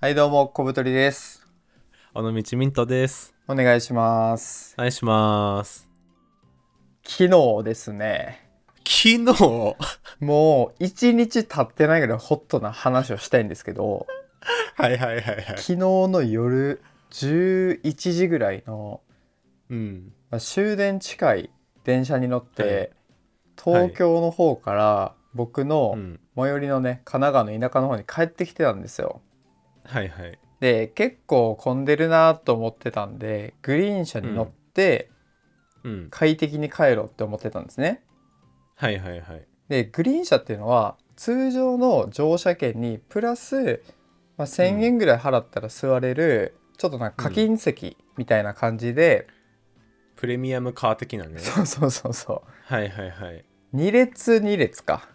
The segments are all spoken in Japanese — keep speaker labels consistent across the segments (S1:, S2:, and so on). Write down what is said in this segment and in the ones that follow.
S1: はい、どうも、小太りです。
S2: 尾道ミントです。
S1: お願いします。
S2: お願いします。
S1: 昨日ですね、
S2: 昨日
S1: もう一日経ってないぐらいホットな話をしたいんですけど、
S2: はいはいはいはい。
S1: 昨日の夜11時ぐらいの
S2: うん。
S1: まあ終電近い電車に乗って、
S2: はい
S1: 東京の方から僕
S2: う
S1: の
S2: ん。
S1: 最寄りのね、神奈川の田舎の方に帰ってきてたんですよ。
S2: はいはい。
S1: で、結構混んでるなと思ってたんで、グリーン車に乗って
S2: うん。
S1: 快適に帰ろうって思ってたんですね。
S2: はいはいはい。
S1: でグリーン車っていうのは通常の乗車券にプラス、まあ、1,000円ぐらい払ったら座れる、ちょっとなんか課金席みたいな感じで、
S2: プレミアムカー的なね。
S1: そうそうそうそ
S2: はいはいはい。
S1: う2列2列か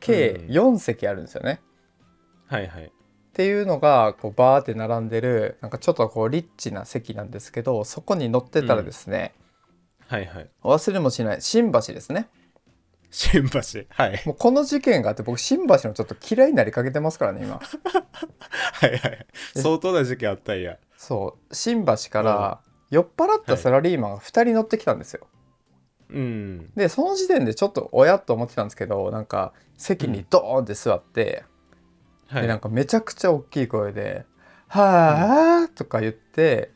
S1: 計
S2: うん
S1: 4席あるんですよね。
S2: はいはい。
S1: っていうのがこうバーって並んでるなんかちょっとこうリッチな席なんですけどそこに乗ってたらですね、
S2: はいはい。
S1: 忘れもしない新橋ですね
S2: 新橋。はい。
S1: もうこの事件があって僕新橋のちょっと嫌いになりかけてますからね今。
S2: はいはい。相当な時期あったんや。
S1: そう新橋から酔っ払ったサラリーマンが2人乗ってきたんですよ、
S2: うん。
S1: でその時点でちょっとおやっと思ってたんですけどなんか席にドーンって座って、
S2: は
S1: で
S2: い。
S1: なんかめちゃくちゃ大きい声で「はあ」とか言って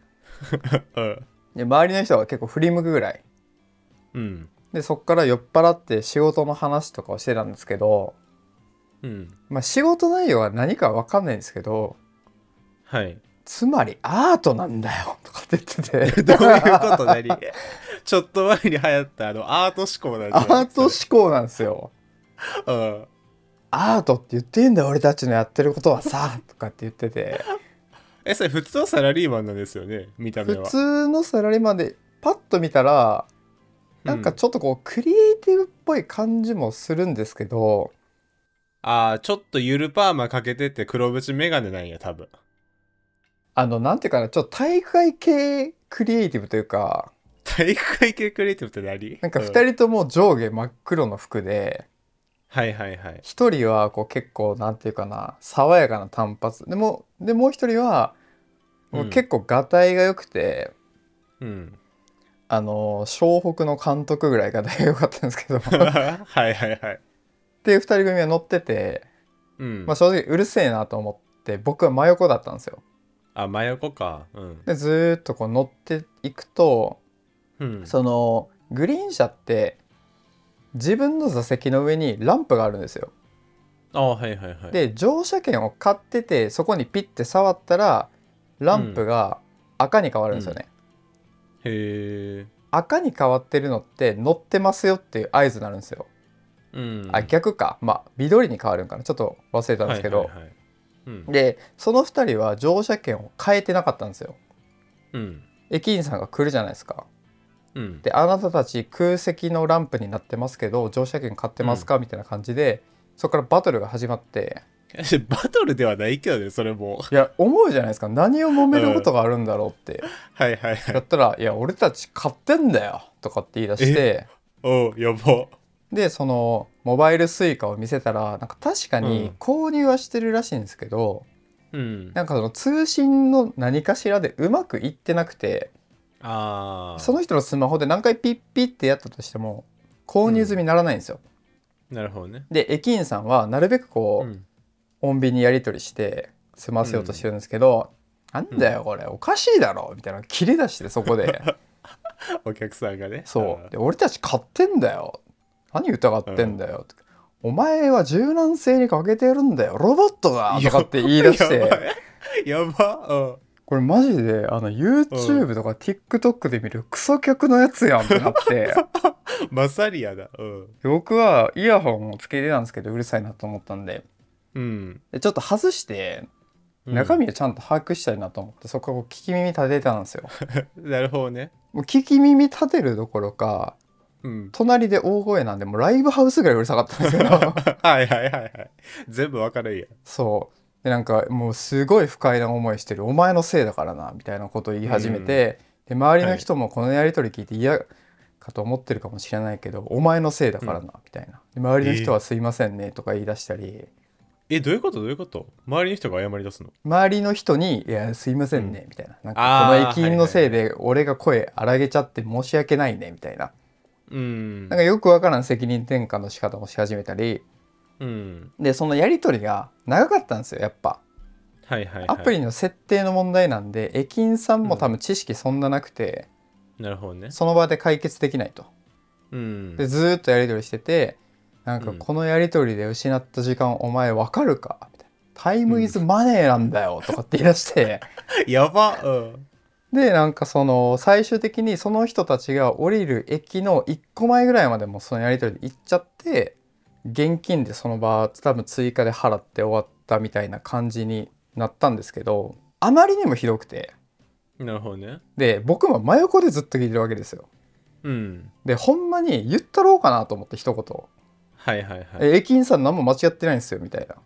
S2: うん
S1: で周りの人が結構振り向くぐらい
S2: うん。
S1: でそっから酔っ払って仕事の話とかをしてたんですけど、
S2: うん。
S1: まあ、仕事内容は何か分かんないんですけど
S2: はい。
S1: つまりアートなんだよとかって言ってて
S2: どういうことなりちょっと前に流行ったあのアート思考なんじゃ
S1: ア
S2: ない
S1: ート思考なんですよ
S2: うん。
S1: アートって言ってんだよ俺たちのやってることは さとかって言ってて
S2: え、それ普通のサラリーマンなんですよね。見た目
S1: 普
S2: は。
S1: 通のサラリーマンでパッと見たらなんかちょっとこうクリエイティブっぽい感じもするんですけど
S2: ああ、ちょっとゆるパーマかけてて黒縁メガネなんや、多分。
S1: あのなんていうかなちょっと体育会系クリエイティブというか
S2: 体育会系クリエイティブって何
S1: なんか2
S2: うん
S1: 人とも上下真っ黒の服で
S2: はいはいはい。
S1: 1人はこう結構なんていうかな爽やかな短髪でもでもう1人はもう
S2: うん
S1: 結構がたいが良くて。
S2: うん。
S1: あの湘北の監督ぐらいが大学良かったんですけどっ
S2: はいはいはい。
S1: ていう2人組が乗ってて、
S2: うん。
S1: まあ、正直うるせえなと思って僕は真横だったんですよ。
S2: あ、真横か。うん。
S1: でずーっとこう乗っていくと
S2: うん。
S1: そのグリーン車って自分の座席の上にランプがあるんですよ。
S2: ああ、はいはいはい。
S1: で乗車券を買っててそこにピッて触ったらランプが赤に変わるんですよね。
S2: へえ。
S1: 赤に変わってるのって乗ってますよっていう合図になるんですよ。
S2: うん。
S1: あ逆かまあ緑に変わるんかなちょっと忘れたんですけど、
S2: はいはいはいうん。
S1: でその2人は乗車券を変えてなかったんですよ
S2: うん。
S1: 駅員さんが来るじゃないですか
S2: うん。
S1: であなたたち空席のランプになってますけど乗車券買ってますか、みたいな感じでそこからバトルが始まって
S2: バトルではないけどね、それも。
S1: いや思うじゃないですか何を揉めることがあるんだろうって、
S2: はいはい は
S1: やっ
S2: い。
S1: たら「いや俺たち買ってんだよ」とかって言い出して
S2: おう、やば。
S1: でそのモバイル Suica を見せたらなんか確かに
S2: うん
S1: 購入はしてるらしいんですけど、
S2: うん。
S1: なんかその通信の何かしらでうまくいってなくて
S2: ああ。
S1: その人のスマホで何回ピッピッってやったとしても購入済みにならないんですよ、
S2: なるほどね。
S1: で駅員さんはなるべくこ
S2: う
S1: う、
S2: ん。
S1: 穏便にやり取りして済ませようとしてるんですけど、なんだよこれおかしいだろみたいな切り出してそこで
S2: お客さんがね。
S1: そうで俺たち買ってんだよ何疑ってんだよ、とかお前は柔軟性に欠けてるんだよロボットだ
S2: あー。
S1: とかって言い出し
S2: やば
S1: て
S2: い。やば。うん。
S1: これマジであの YouTube とか TikTok で見るクソ客のやつやん ってなって
S2: まさりやだ。うん。
S1: 僕はイヤホンをつけてたんですけどうるさいなと思ったんで
S2: うん。
S1: でちょっと外して
S2: うん
S1: 中身をちゃんと把握したいなと思って、そこからこう聞き耳立てたんですよ
S2: なるほどね。
S1: もう聞き耳立てるどころか
S2: うん。
S1: 隣で大声なんでもうライブハウスぐらいうるさかったんですけ ど
S2: はいはいはいはい。全部わかるや
S1: そうでなんかもうすごい不快な思いしてるお前のせいだからなみたいなことを言い始めて、で周りの人もこのやり取り聞いて嫌かと思ってるかもしれないけど、お前のせいだからなみたいなで周りの人はすいませんねとか言い出したり、
S2: え、どういうことどういうこと周りの人が謝り出すの
S1: 周りの人に「いやすいませんね」みたいななん
S2: あー
S1: かこの駅員のせいで俺が声荒げちゃって申し訳ないねみたいな
S2: うん
S1: なん。かよくわからん責任転嫁の仕方もし始めたり
S2: うん。
S1: でそのやり取りが長かったんですよやっぱ
S2: はいはい、はい。
S1: アプリの設定の問題なんで駅員さんも多分知識そんななくて
S2: なるほどね。
S1: その場で解決できないと
S2: うん。
S1: でずーっとやり取りしててなんか
S2: うん
S1: このやり取りで失った時間お前わかるかみたいなタイムイズマネーなんだよとかって言い出して
S2: やば。うん。
S1: でなんかその最終的にその人たちが降りる駅の1個前ぐらいまでもそのやり取りで行っちゃって現金でその場多分追加で払って終わったみたいな感じになったんですけどあまりにもひどくて
S2: なるほどね。
S1: で僕も真横でずっと聞いてるわけですよ
S2: うん。
S1: でほんまに言ったろうかなと思って一言
S2: はいはい
S1: 「
S2: はい。
S1: え駅員さん何も間違ってないんですよ」みたいな。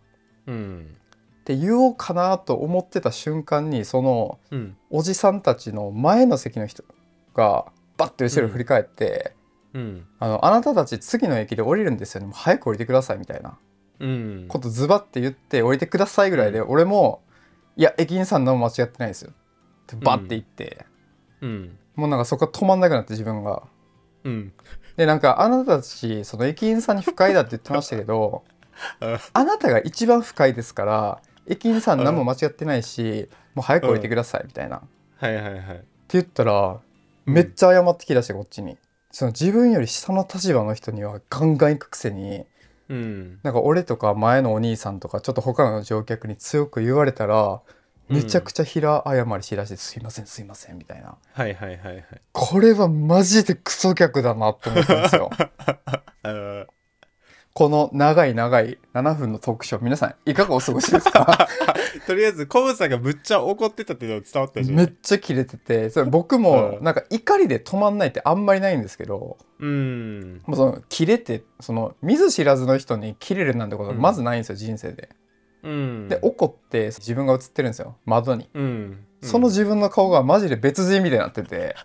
S2: うん。
S1: って言おうかなと思ってた瞬間にその
S2: うん。
S1: おじさんたちの前の席の人がバッて後ろ振り返って。
S2: うん。
S1: あのあなたたち次の駅で降りるんですよねもう早く降りてくださいみたいな
S2: うん。
S1: ことズバッて言って降りてくださいぐらいで、俺も「いや駅員さん何も間違ってないですよ」ってバッて言って、
S2: うん。
S1: もうなんかそこから止まんなくなって自分が
S2: うん。
S1: でなんかあなたたちその駅員さんに不快だって言ってましたけ どあなたが一番不快ですから駅員さん何も間違ってないし、もう早く降りてくださいみたいな、って
S2: はいはいはい。
S1: 言ったらめっちゃ謝ってきだしてこっちにその自分より下の立場の人にはガンガン行くくせに
S2: うん。
S1: なんか俺とか前のお兄さんとかちょっと他の乗客に強く言われたら
S2: うん
S1: めちゃくちゃ平謝りしだして「すいませんすいません」みたいな
S2: はいはいはいはい。
S1: これはマジでクソ客だなと思ったんです よ
S2: あー
S1: この長い長い7分のトークショー皆さんいかがお過ごしです か
S2: とりあえず、コブさんがぶっちゃ怒ってたっていうのが伝わったじゃん。
S1: めっちゃキレててそれ僕も
S2: うん
S1: なんか怒りで止まんないってあんまりないんですけど
S2: うん。
S1: もうそのキレてその見ず知らずの人にキレるなんてことはまずないんですよ人生で。
S2: うん。
S1: で怒って自分が映ってるんですよ窓に。
S2: うん。
S1: その
S2: うんち
S1: 自分の顔がマジで別人みたいになってて、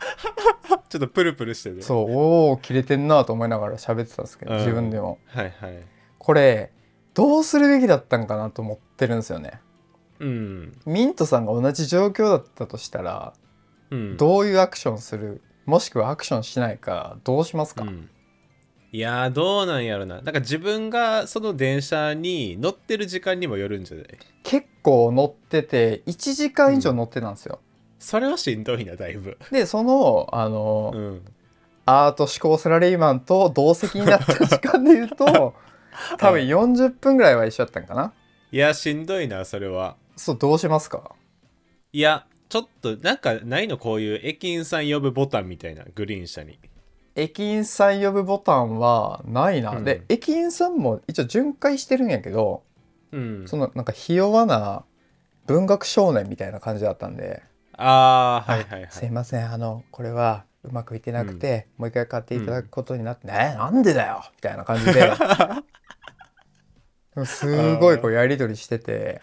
S2: ょっとプルプルしてる。
S1: そう、おお、キレてんなと思いながら喋ってたんですけど、
S2: うん
S1: 自分でも。
S2: はいはい。
S1: これ、どうするべきだったんかなと思ってるんですよね。
S2: うん。
S1: ミントさんが同じ状況だったとしたら、
S2: うん。
S1: どういうアクションする、もしくはアクションしないか、どうしますか、
S2: うん、いやーどうなんやろななんか自分がその電車に乗ってる時間にもよるんじゃない
S1: 結構乗ってて、1時間以上乗ってたんですよ。
S2: それはしんどいなだいぶ
S1: で、その、あの、
S2: うん
S1: アート思考サラリーマンと同席になった時間で言う と、多分40分ぐらいは一緒だったんかな。
S2: いやしんどいなそれは
S1: そう、どうしますか
S2: いやちょっとなんかないのこういう駅員さん呼ぶボタンみたいなグリーン車に
S1: 駅員さん呼ぶボタンはないな、
S2: うん
S1: で駅員さんも一応巡回してるんやけど、
S2: うん
S1: そのなんかひ弱な文学少年みたいな感じだったんで
S2: あ
S1: 「
S2: あはいはいは
S1: あすい
S2: い
S1: ませんあのこれはうまくいってなくて、もう一回買っていただくことになって、ねなんでだよ」みたいな感じ ですごいこうやり取りしてて、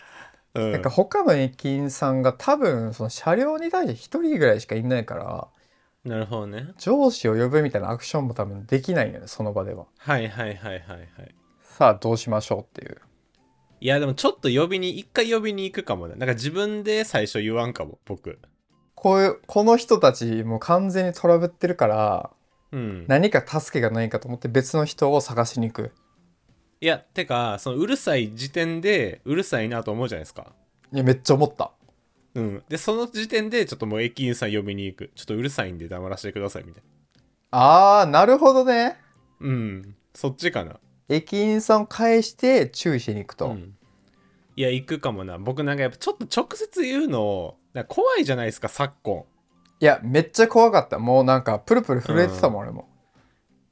S2: うん
S1: なんか他の駅員さんが多分その車両に対して1人ぐらいしかいないから
S2: なるほどね
S1: 上司を呼ぶみたいなアクションも多分できないよねその場では。
S2: はいはいはいはいはい
S1: さあどうしましょうっていう
S2: いやでもちょっと呼びに一回呼びに行くかもななんか自分で最初言わんかも僕
S1: こういうこの人たちもう完全にトラブってるから
S2: うん
S1: 何か助けがないかと思って別の人を探しに行く
S2: いやてかそのうるさい時点でうるさいなと思うじゃないですか
S1: いやめっちゃ思った
S2: うんでその時点でちょっともう駅員さん呼びに行くちょっとうるさいんで黙らせてくださいみたい
S1: あーなるほどね
S2: なうんそっちかな
S1: 駅員さんを返して注意しに行くと、
S2: うんいや行くかもな僕なんかやっぱちょっと直接言うのなんか怖いじゃないですか昨今
S1: いやめっちゃ怖かったもうなんかプルプル震えてたもん、俺も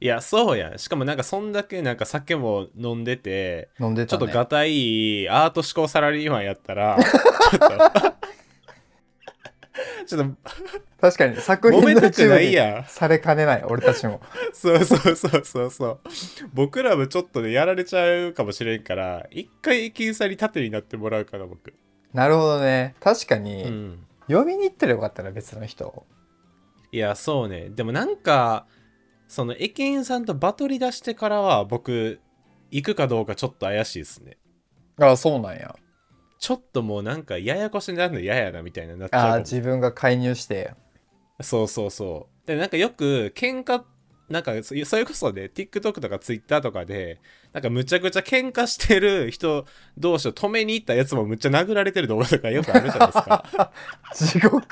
S2: いやそうやしかもなんかそんだけなんか酒も飲んでて
S1: 飲んで
S2: ちょ
S1: た、
S2: っ
S1: ね、
S2: とがたいいアート思考サラリーマンやった らちょっとちょっと
S1: 確かに作
S2: 揉
S1: 品
S2: めた
S1: の
S2: く
S1: 注
S2: ない
S1: 意
S2: やん
S1: されかねない俺たちも
S2: そうそうそうそうそう。僕らもちょっとね、やられちゃうかもしれんから、一回駅員さんに盾になってもらうかな、僕。
S1: なるほどね確か
S2: う
S1: に、
S2: ん。
S1: 呼びに行ったらよかったら別の人を
S2: いや、そうね。でもなんか、その駅員さんとバトり出してからは、僕、行くかどうかちょっと怪しいですね。
S1: あそうなんや
S2: ちょっともうなんかややこしになるの嫌やなみたいななっちゃう
S1: あ
S2: か
S1: ー
S2: も
S1: 自分が介入して
S2: そうそうそうでなんかよく喧嘩なんかそそれこそね TikTok とか Twitter とかでなんかむちゃくちゃ喧嘩してる人同士を止めに行ったやつもむっちゃ殴られてる動画とかよくあるじゃないですか
S1: 地獄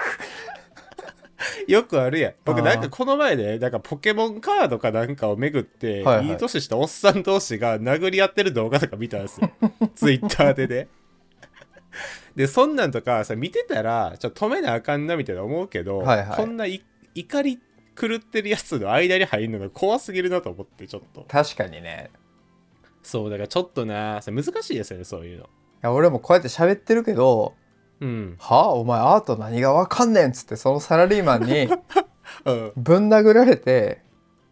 S2: よくあるやん僕
S1: あー
S2: なんかこの前で、なんかポケモンカードかなんかをめぐって、
S1: はい
S2: い
S1: はい
S2: い、年したおっさん同士が殴り合ってる動画とか見たん ですよ Twitter でねでそんなんとかさ見てたらちょっと止めなあかんなみたいな思うけど、
S1: はいはい
S2: こんない怒り狂ってるやつの間に入るのが怖すぎるなと思ってちょっと
S1: 確かにね
S2: そうだからちょっとなさ難しいですよねそういうの
S1: いや俺もこうやって喋ってるけど
S2: うん
S1: 「はあお前アート何がわかんねん」っつってそのサラリーマン に
S2: うん
S1: ぶん殴られて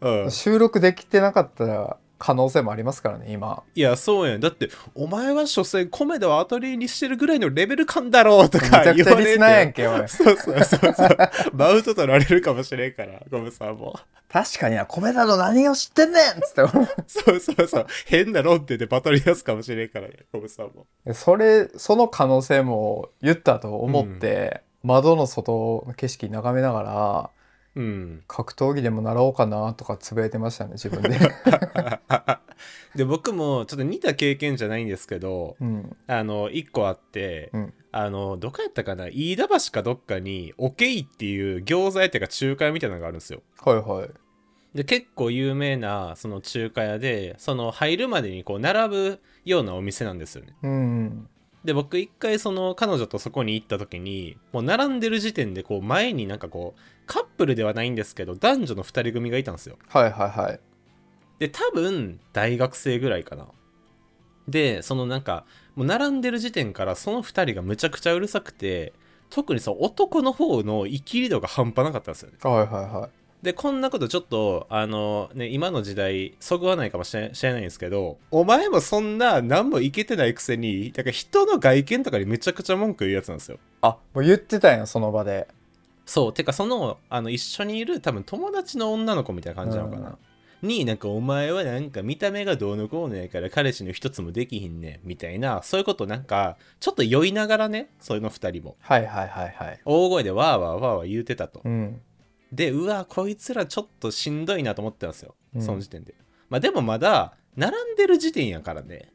S2: うん
S1: 収録できてなかった可能性もありますからね今
S2: いやそうやんだってお前は所詮コメダをアトリエにしてるぐらいのレベル感だろうと
S1: めちゃ
S2: か
S1: く
S2: 言
S1: ちゃ
S2: わ
S1: リ
S2: れ
S1: ス
S2: て
S1: ナーやんけ俺
S2: そうそうそうそうマウント取られるかもしれんからゴムさんも
S1: 確かにな米田の何を知ってんねんっつ って
S2: そうそうそう変な論点でバトル出すかもしれんからねゴムさんも
S1: でそれその可能性も言ったと思って、窓の外の景色眺めながら
S2: うん
S1: 格闘技でも習おうかなとかつぶやいてましたね自分で、
S2: で僕もちょっと似た経験じゃないんですけど
S1: うん、
S2: あの1個あって、
S1: うん
S2: あのどこやったかな飯田橋かどっかにおけいっていう餃子屋っていうか中華屋みたいなのがあるんですよ
S1: はいはい
S2: で結構有名なその中華屋でその入るまでにこう並ぶようなお店なんですよね
S1: うん
S2: で僕一回その彼女とそこに行った時にもう並んでる時点でこう前になんかこうカップルではないんですけど男女の2人組がいたんですよ
S1: はいはいはい
S2: で多分大学生ぐらいかなでそのなんかもう並んでる時点からその2人がむちゃくちゃうるさくて特にその男の方のイキり度が半端なかったんですよね
S1: はいはいはい
S2: でこんなことちょっとあのね今の時代そぐわないかもしれしれないんですけどお前もそんな何もいけてないくせにだから人の外見とかにめちゃくちゃ文句言うやつなんですよ
S1: あもう言ってたんやその場で
S2: そうてかそのあの一緒にいる多分友達の女の子みたいな感じなのかな、になんかお前はなんか見た目がどうのこうのやから彼氏の一つもできひんねんみたいなそういうことなんかちょっと酔いながらねその二人も
S1: はいはいはいはい
S2: 大声でわーわーわーわー言うてたと
S1: うん
S2: でうわこいつらちょっとしんどいなと思ってたんですよ
S1: うん
S2: その時点で、まあでもまだ並んでる時点やからね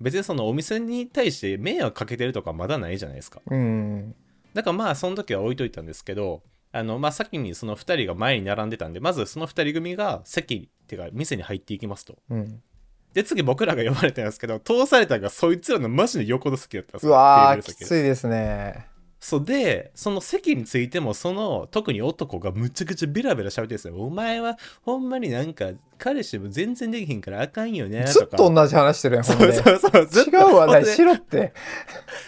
S2: 別にそのお店に対して迷惑かけてるとかまだないじゃないですか
S1: うん
S2: だからまあその時は置いといたんですけどあのまあ先にその2人が前に並んでたんでまずその2人組が席っていうか店に入っていきますと
S1: うん
S2: で次僕らが呼ばれたんですけど通されたのがそいつらのマジで横の席だったんです
S1: う
S2: よ
S1: わ
S2: テ
S1: ー
S2: ーブル
S1: き
S2: 席
S1: ついですね
S2: そうでその席についてもその特に男がむちゃくちゃベラベラ喋ってるんですよお前はほんまになんか彼氏も全然できひんからあかんよね
S1: ずっ
S2: とか
S1: と同じ話してるやんほん
S2: そう
S1: で
S2: そうそうずっと
S1: 違う 話題
S2: ほんで
S1: しろって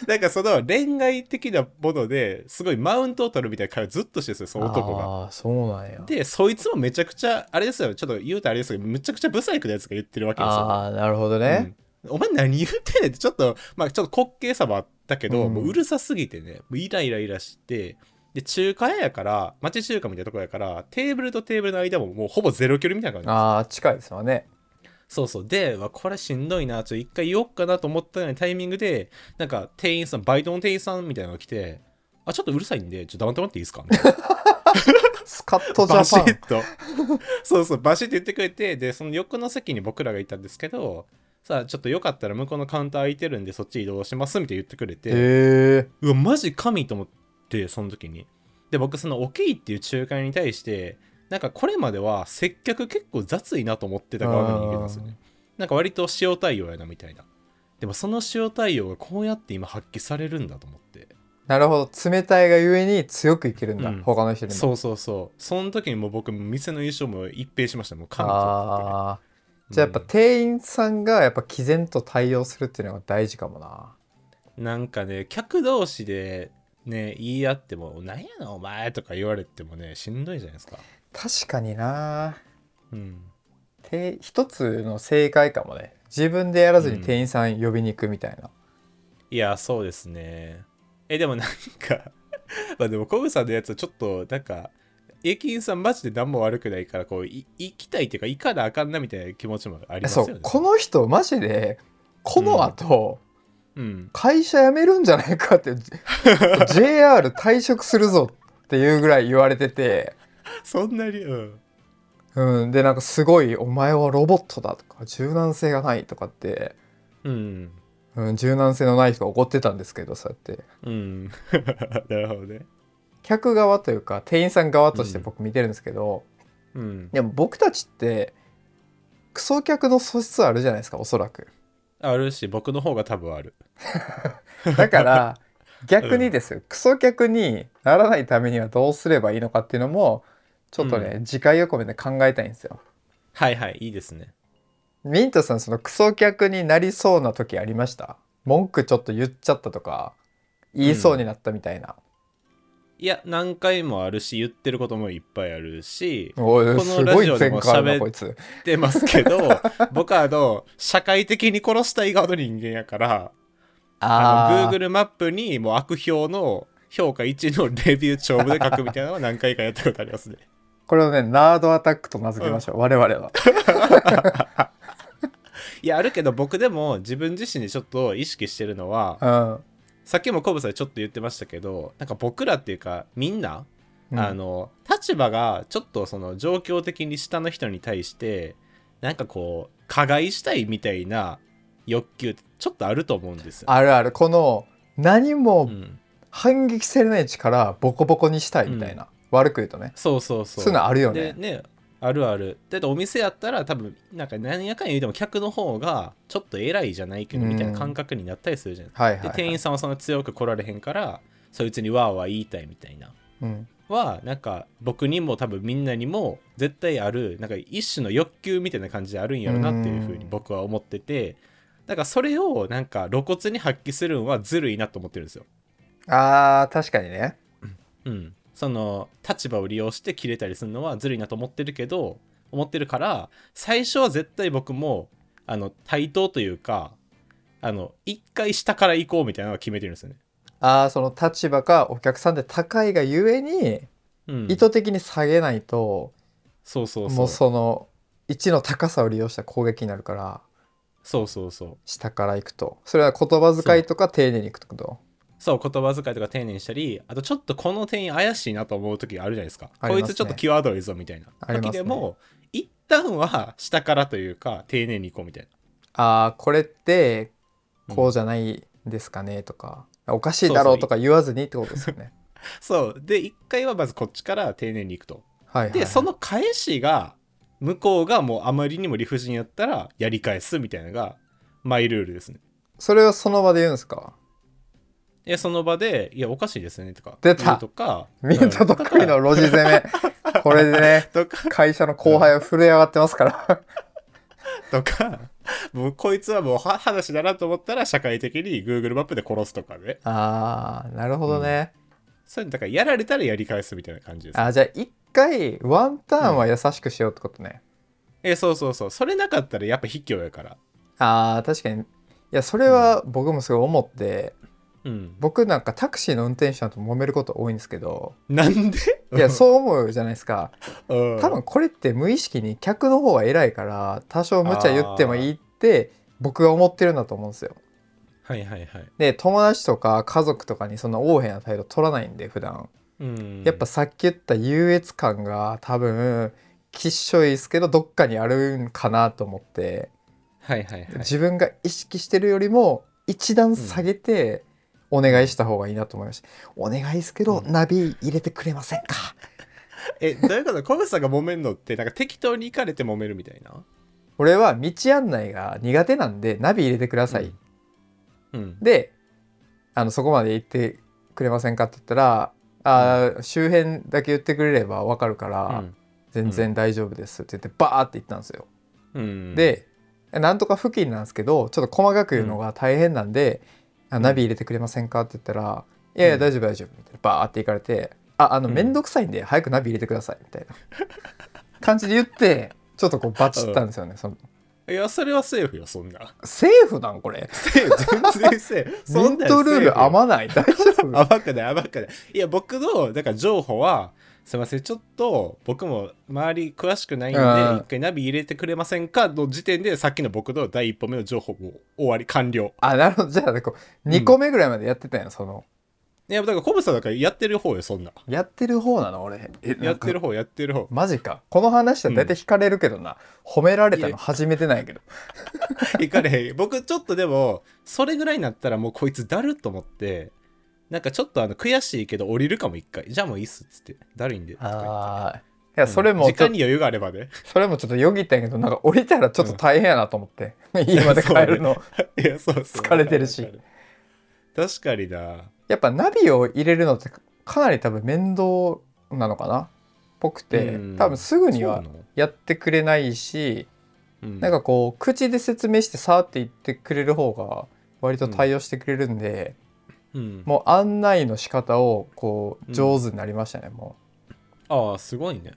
S2: なんかその恋愛的なものですごいマウントを取るみたいな会話ずっとしてるんですよその男が
S1: ああそうなんや
S2: でそいつもめちゃくちゃあれですよちょっと言うとあれですけどむちゃくちゃブサイクなやつが言ってるわけですよ
S1: ああなるほどね、
S2: うんお前何言ってんねんってちょっとまあちょっと滑稽さもあったけど、
S1: うん
S2: もううるさすぎてねもうイライライラしてで中華屋やから町中華みたいなとこやからテーブルとテーブルの間ももうほぼゼロ距離みたいな感じなんで
S1: ああ近いですわね
S2: すそうそうでうわこれしんどいなちょっと一回言おっかなと思ったようなタイミングでなんか店員さんバイトの店員さんみたいなのが来てあちょっとうるさいんでちょっと黙ってもらっていいですかみたいな
S1: スカットジ
S2: バシ
S1: ャパン
S2: ッとそうそうバシッと言ってくれてでその横の席に僕らがいたんですけどさあちょっとよかったら向こうのカウンター空いてるんでそっち移動しますみたいな言ってくれて、
S1: へえ
S2: うわマジ神と思ってその時にで僕そのオケイっていう仲介に対してなんかこれまでは接客結構雑いなと思ってた側の人間なんですよねなんか割と塩対応やなみたいなでもその塩対応がこうやって今発揮されるんだと思って
S1: なるほど冷たいがゆえに強くいけるんだ、
S2: うん
S1: 他の人にも
S2: そうそうそうその時にもう僕店の衣装も一変しましたもう神と思って
S1: ああじゃあやっぱ店員さんがやっぱ毅然と対応するっていうのが大事かもな
S2: なんかね客同士でね言い合っても「なんやなお前」とか言われてもねしんどいじゃないですか
S1: 確かにな
S2: うん
S1: て一つの正解かもね自分でやらずに店員さん呼びに行くみたいな、
S2: いやそうですねえでもなんか まあでもコブさんのやつはちょっとなんか駅員さんマジで何も悪くないからこうい行きたいっていうか行かなあかんなみたいな気持ちもあります
S1: そ
S2: よね
S1: うこの人マジでこの後、
S2: うん
S1: 会社辞めるんじゃないかって JR 退職するぞっていうぐらい言われてて、
S2: そんなにうん
S1: うん、でなんかすごい「お前はロボットだ」とか「柔軟性がない」とかって、
S2: うん
S1: うん、柔軟性のない人が怒ってたんですけどそうやって
S2: うん なるほどね
S1: 客側というか店員さん側として僕見てるんですけど、
S2: うん
S1: でも僕たちってクソ客の素質あるじゃないですかおそらく。
S2: あるし僕の方が多分ある
S1: だから 逆にですよ、クソ客にならないためにはどうすればいいのかっていうのもちょっとね、次回を込めて考えたいんですよ。
S2: はいはいいいですね
S1: ミントさんそのクソ客になりそうな時ありました文句ちょっと言っちゃったとか言いそうになったみたいな。
S2: いや何回もあるし言ってることもいっぱいあるし
S1: おい
S2: の
S1: すごい
S2: ラジオ
S1: 前
S2: でも
S1: 科ある
S2: 喋
S1: な
S2: っ
S1: こいつ。
S2: 言ってますけど 僕はあの社会的に殺したい側の人間やからあの
S1: あー
S2: Google マップにもう悪評の評価1のレビュー帳簿で書くみたいなのは何回かやったことありますね
S1: これをねナードアタックと名付けましょう、我々は。
S2: いやあるけど僕でも自分自身でちょっと意識してるのは
S1: うん
S2: さっきもコブさんちょっと言ってましたけどなんか僕らっていうかみんな、
S1: うん、
S2: あの立場がちょっとその状況的に下の人に対してなんかこう加害したいみたいな欲求ってちょっとあると思うんですよ。
S1: あるあるこの何
S2: う
S1: も
S2: ん、
S1: 反撃されない力ボコボコにしたいみたいな、悪く言うとね
S2: そうそうそう。
S1: そういうのあるよ
S2: で
S1: ね。
S2: ねあるあるだってお店やったら多分なんか何やかんや言うても客の方がちょっと偉いじゃないけどみたいな感覚になったりするじゃないですか、
S1: はいはい、はい、
S2: で店員さんはそんな強く来られへんからそいつにわーわー言いたいみたいな
S1: うん、
S2: はなんか僕にも多分みんなにも絶対あるなんか一種の欲求みたいな感じであるんやろなっていうふうに僕は思っててだからそれをなんか露骨に発揮するんはずるいなと思ってるんですよ
S1: あー確かにね
S2: うん、その立場を利用して切れたりするのはずるいなと思ってるけど思ってるから最初は絶対僕もあの対等というかあの一回下から行こうみたいなのは決めてるんですよね。
S1: あーその立場がお客さんで高いがゆえに
S2: うん、
S1: 意図的に下げないと、
S2: そうそうそ
S1: も
S2: う
S1: うその1の高さを利用した攻撃になるから
S2: そうそうそう
S1: 下から行くとそれは言葉遣いとか丁寧にいくってこと
S2: そう言葉遣いとか丁寧にしたりあとちょっとこの店員怪しいなと思う時あるじゃないですか
S1: あります
S2: こ
S1: ね
S2: いつちょっと際どいぞみたいな
S1: あります
S2: 時
S1: ね
S2: でも一旦は下からというか丁寧に行こうみたい
S1: あーこれって
S2: な。
S1: こう
S2: うん
S1: じゃないですかねとか、おかしいだろうとか言わずにってことですよ ね。
S2: そうで一回はまずこっちから丁寧に行くと。
S1: はいはいはい、
S2: でその返しが向こうがもうあまりにも理不尽やったらやり返すみたいなのがマイルールですね。
S1: それをその場で言うんですか
S2: いやその場で「いやおかしいですね」とか
S1: 出た
S2: 言うとか
S1: ミント
S2: うん
S1: 得意の路地攻めこれでね
S2: とか
S1: 会社の後輩は震え上がってますから
S2: とかもうこいつはもうは話だなと思ったら社会的に Google マップで殺すとかね
S1: あーなるほどね、
S2: そういうのだからやられたらやり返すみたいな感じです
S1: あーじゃあ一回ワンターンは優しくしようってことね、
S2: えそうそうそうそれなかったらやっぱ卑怯やから
S1: あー確かにいやそれは僕もすごい思って、
S2: うん
S1: 僕なんかタクシーの運転手さんと揉めること多いんですけど
S2: なんで
S1: いやそう思うじゃないですか
S2: うん
S1: 多分これって無意識に客の方が偉いから多少無茶言ってもいいって僕が思ってるんだと思うんですよ
S2: はいはいはい
S1: で友達とか家族とかにそんな横柄な態度取らないんで普段
S2: うん
S1: やっぱさっき言った優越感が多分きっしょいですけどどっかにあるんかなと思って、
S2: はいはいはい
S1: 自分が意識してるよりも一段下げてお願いした方がいいなと思いました、お願いですけど、
S2: うん
S1: ナビ入れてくれませんか
S2: えどういうこと小渕さんが揉めんのってなんか適当に行かれて揉めるみたいな
S1: 俺は道案内が苦手なんでナビ入れてください、
S2: うんうん
S1: であのそこまで行ってくれませんかって言ったらあー周辺だけ言ってくれればわかるから、全然大丈夫ですって言ってバーって言ったんですよ。
S2: うん、
S1: でなんとか付近なんですけどちょっと細かく言うのが大変なんで「あナビ入れてくれませんか?」って言ったら「いやいや大丈夫大丈夫」みたいなバーって行かれて「ああの
S2: うん
S1: 面倒くさいんで早くナビ入れてください」みたいな感じで言ってちょっとこうバチったんですよね。その
S2: いやそれはセーフよそんな
S1: セーフなんこれ
S2: セーフ 全然セーフ
S1: ミ
S2: そ
S1: ン
S2: んなん
S1: トルール
S2: 甘
S1: 甘ない大丈夫
S2: 甘くない甘くないいや僕のだから譲歩はすいませんちょっと僕も周り詳しくないんで
S1: うん
S2: 一回ナビ入れてくれませんかの時点でさっきの僕の第一歩目の情報も終わり完了
S1: あなるほどじゃあこう2個目ぐらいまでやってたんや、その
S2: いやだからコブさんだからやってる方よそんな
S1: やってる方なの俺え
S2: やってる
S1: 方
S2: 方やってる方
S1: マジかこの話だと大体惹かれるけどな、褒められたの初めてなんやけど
S2: いかれ へん僕ちょっとでもそれぐらいになったらもうこいつだると思ってなんかちょっとあの悔しいけど降りるかも一回じゃあもういいっすっつってだるいんでとか言って
S1: ああい
S2: うん
S1: やそれも
S2: 時
S1: ちょ
S2: 間に余裕があればね
S1: それもちょっとよぎったんやけどなんか降りたらちょっと大変やなと思 って、家まで帰るの、
S2: いやそうそう
S1: 疲れてるし
S2: わかる確かにな
S1: やっぱナビを入れるのってかなり多分面倒なのかなっぽくて、
S2: うん
S1: 多分すぐに
S2: そう
S1: は
S2: なの
S1: やってくれないし
S2: うん
S1: なんかこう口で説明してさーって言ってくれる方が割と対応してくれるんで、
S2: うん
S1: もう案内の仕方をこ
S2: う
S1: うん上手になりましたね、も
S2: ああすごいね
S1: う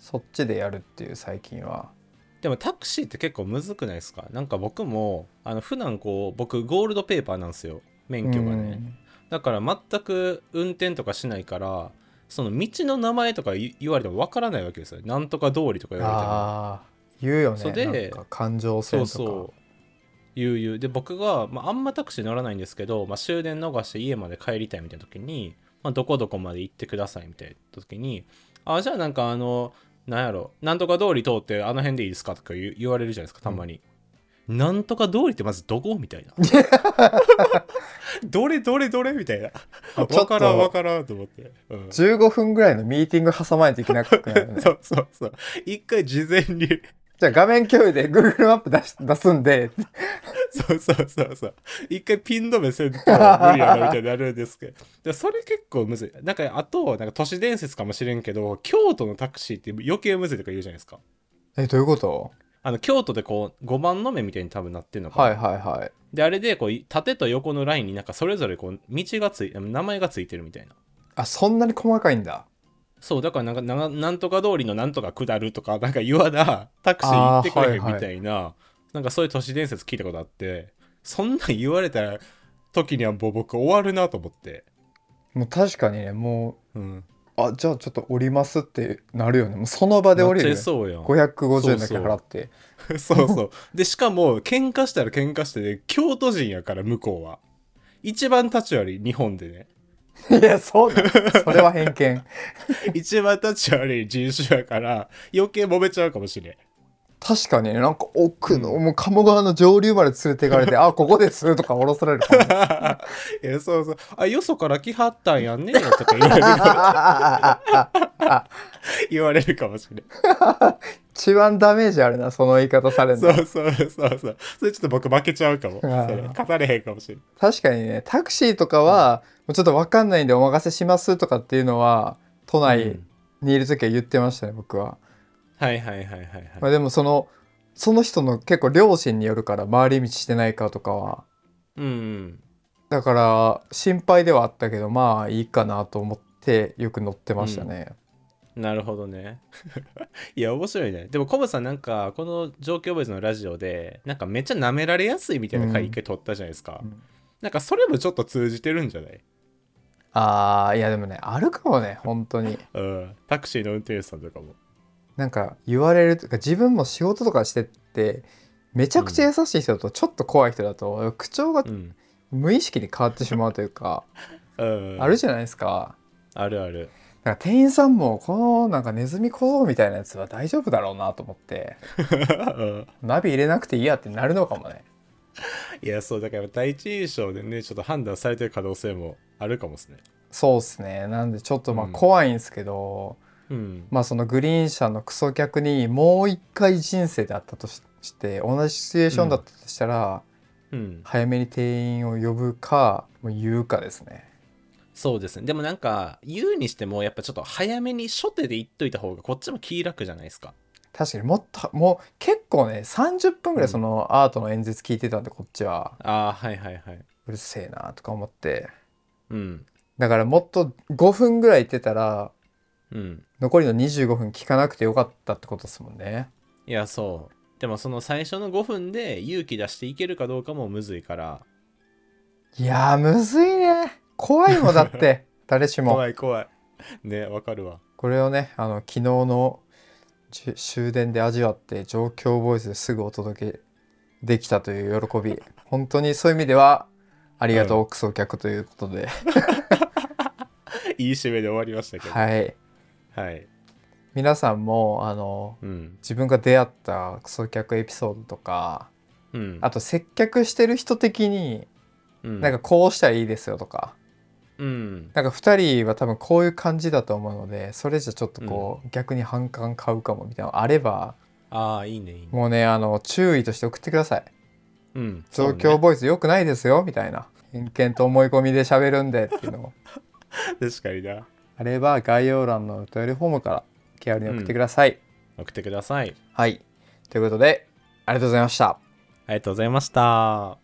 S1: そっちでやるっていう最近は
S2: でもタクシーって結構むずくないですかなんか僕もあの普段こう僕ゴールドペーパーなんですよ免許がね、だから全く運転とかしないからその道の名前とか言言われてもわからないわけですよなんとか通りとか
S1: う
S2: 言
S1: ん、
S2: われても
S1: ああ言うよ
S2: そ
S1: ね
S2: う
S1: な
S2: で
S1: んか感情線
S2: そ
S1: と
S2: う
S1: か
S2: そう悠々で僕が、まあ、あんまタクシー乗らないんですけど、まあ、終電逃して家まで帰りたいみたいな時に、まあ、どこどこまで行ってくださいみたいな時にあじゃあなんかあのなんやろなんとか通り通ってあの辺でいいですかとか言う言われるじゃないですかたまに、なんとか通りってまずどこみたいなどれどれどれみたいな
S1: ょっと
S2: わからんわからんと思って、うん
S1: 15分ぐらいのミーティング挟まないといけなくなるね
S2: そうそうそう一回事前に
S1: じゃあ画面共有で Google マップ出し出すんで
S2: そうそうそうそう。一回ピン止めせんと無理やなみたいになるんですけど。でそれ結構むずい。なんかあと、なんか都市伝説かもしれんけど、京都のタクシーって余計むずいとか言うじゃないですか。
S1: えどういうこと
S2: あの京都でこう5番の目みたいに多分なってるのかな、
S1: はいはいはい
S2: であれでこう縦と横のラインになんかそれぞれこう道がつい名前がついてるみたいな
S1: あそんなに細かいんだ
S2: そうだからなんかななんとか通りのなんとか下るとかなんか言わなタクシー行ってくれへ
S1: あー
S2: ん
S1: はいはい
S2: みたいな、なんかそういう都市伝説聞いたことあってそんなん言われた時にはもう僕終わるなと思って、
S1: もう確かにねも
S2: うん、
S1: うあじゃあちょっと降りますってなるよねもうその場で降りる
S2: な
S1: よ
S2: っちゃいそうやん
S1: 550円だけ払って
S2: そうそうでしかも喧嘩したら喧嘩してね京都人やから向こうは一番立ち悪い日本でね
S1: いやそうだそれは偏見
S2: 一番立ち悪い人種やから余計揉めちゃうかもしれん
S1: 確かにねなんか奥の、もう鴨川の上流まで連れて行かれて「あここです」とか降ろされるかも
S2: いやそうそうあよそから来はったんやんねとか言われる 言われるかもしれん
S1: 一番ダメージあるなその言い方される
S2: そ
S1: の
S2: うそうそうそうそれちょっと僕負けちゃうかもそ
S1: あー
S2: れ語れへんかもしれない
S1: 確かにねタクシーとかは、もうちょっと分かんないんでお任せしますとかっていうのは都内にいる時は言ってましたね、僕は、
S2: はいはいはいはい
S1: ま
S2: は
S1: あ、でもそのその人の結構両親によるから回り道してないかとかはい
S2: うん
S1: だから心配ではあったけどまあいいかなと思ってよく乗ってましたね、
S2: なるほどね いや面白いねでもコブさんなんかこの状況ボーイズのラジオでなんかめっちゃ舐められやすいみたいな回一回撮ったじゃないですか、
S1: うん
S2: なんかそれもちょっと通じてるんじゃない
S1: ああいやでもねあるかもね本当に
S2: うんタクシーの運転手さんとかも
S1: なんか言われるとか自分も仕事とかしてってめちゃくちゃ優しい人だとちょっと怖い人だと口調が
S2: うん、
S1: 無意識に変わってしまうというか、
S2: うん、
S1: あるじゃないですか。
S2: あるある
S1: なんか店員さんもこのなんかネズミ小僧みたいなやつは大丈夫だろうなと思って
S2: うん
S1: ナビ入れなくていいやってなるのかもね
S2: いやそうだから第一印象でねちょっと判断されてる可能性もあるかもですね
S1: そうっすねなんでちょっとまあ
S2: うん
S1: 怖いんですけど、
S2: うん
S1: まあそのグリーン車のクソ客にもう一回人生であったとしして同じシチュエーションだったとしたら、
S2: うん
S1: 早めに店員を呼ぶかもう言うかですね
S2: そうですねでもなんか言うにしてもやっぱちょっと早めに初手で言っといた方がこっちも気楽じゃないですか
S1: 確かにもっともう結構ね30分ぐらい
S2: うん
S1: そのアートの演説聞いてたんでこっちは、
S2: ああはいはいはいう
S1: るせえなとか思って
S2: うん
S1: だからもっと5分ぐらい言ってたら
S2: うん
S1: 残りの25分聞かなくてよかったってことですもんね
S2: いやそうでもその最初の5分で勇気出していけるかどうかもむずいから
S1: いやーむずいね怖いもんだって 誰しも
S2: 怖い怖いねわかるわ
S1: これをねあの昨日のじゅ終電で味わって状況ボイスですぐお届けできたという喜び本当にそういう意味ではありがとう、クソ客ということで
S2: いい締めで終わりましたけど。
S1: はい
S2: はい。
S1: 皆さんもあの
S2: うん。
S1: 自分が出会ったクソ客エピソードとか
S2: うん。
S1: あと接客してる人的に
S2: うん
S1: なんか、こうしたらいいですよとか、
S2: うん。
S1: なんか2人は多分こういう感じだと思うのでそれじゃちょっとこう、逆に反感買うかもみたいなのあれば
S2: ああ、いいね、いいね。
S1: もうねあの注意として送ってください
S2: うん。
S1: 状
S2: そう
S1: 況ボイス良くないですよみたいな偏見と思い込みで喋るんでっていうのを
S2: ね確かにな。
S1: あれば概要欄のお便りフォームから気軽に送ってください、
S2: 送ってください。
S1: はいということでありがとうございました
S2: ありがとうございました。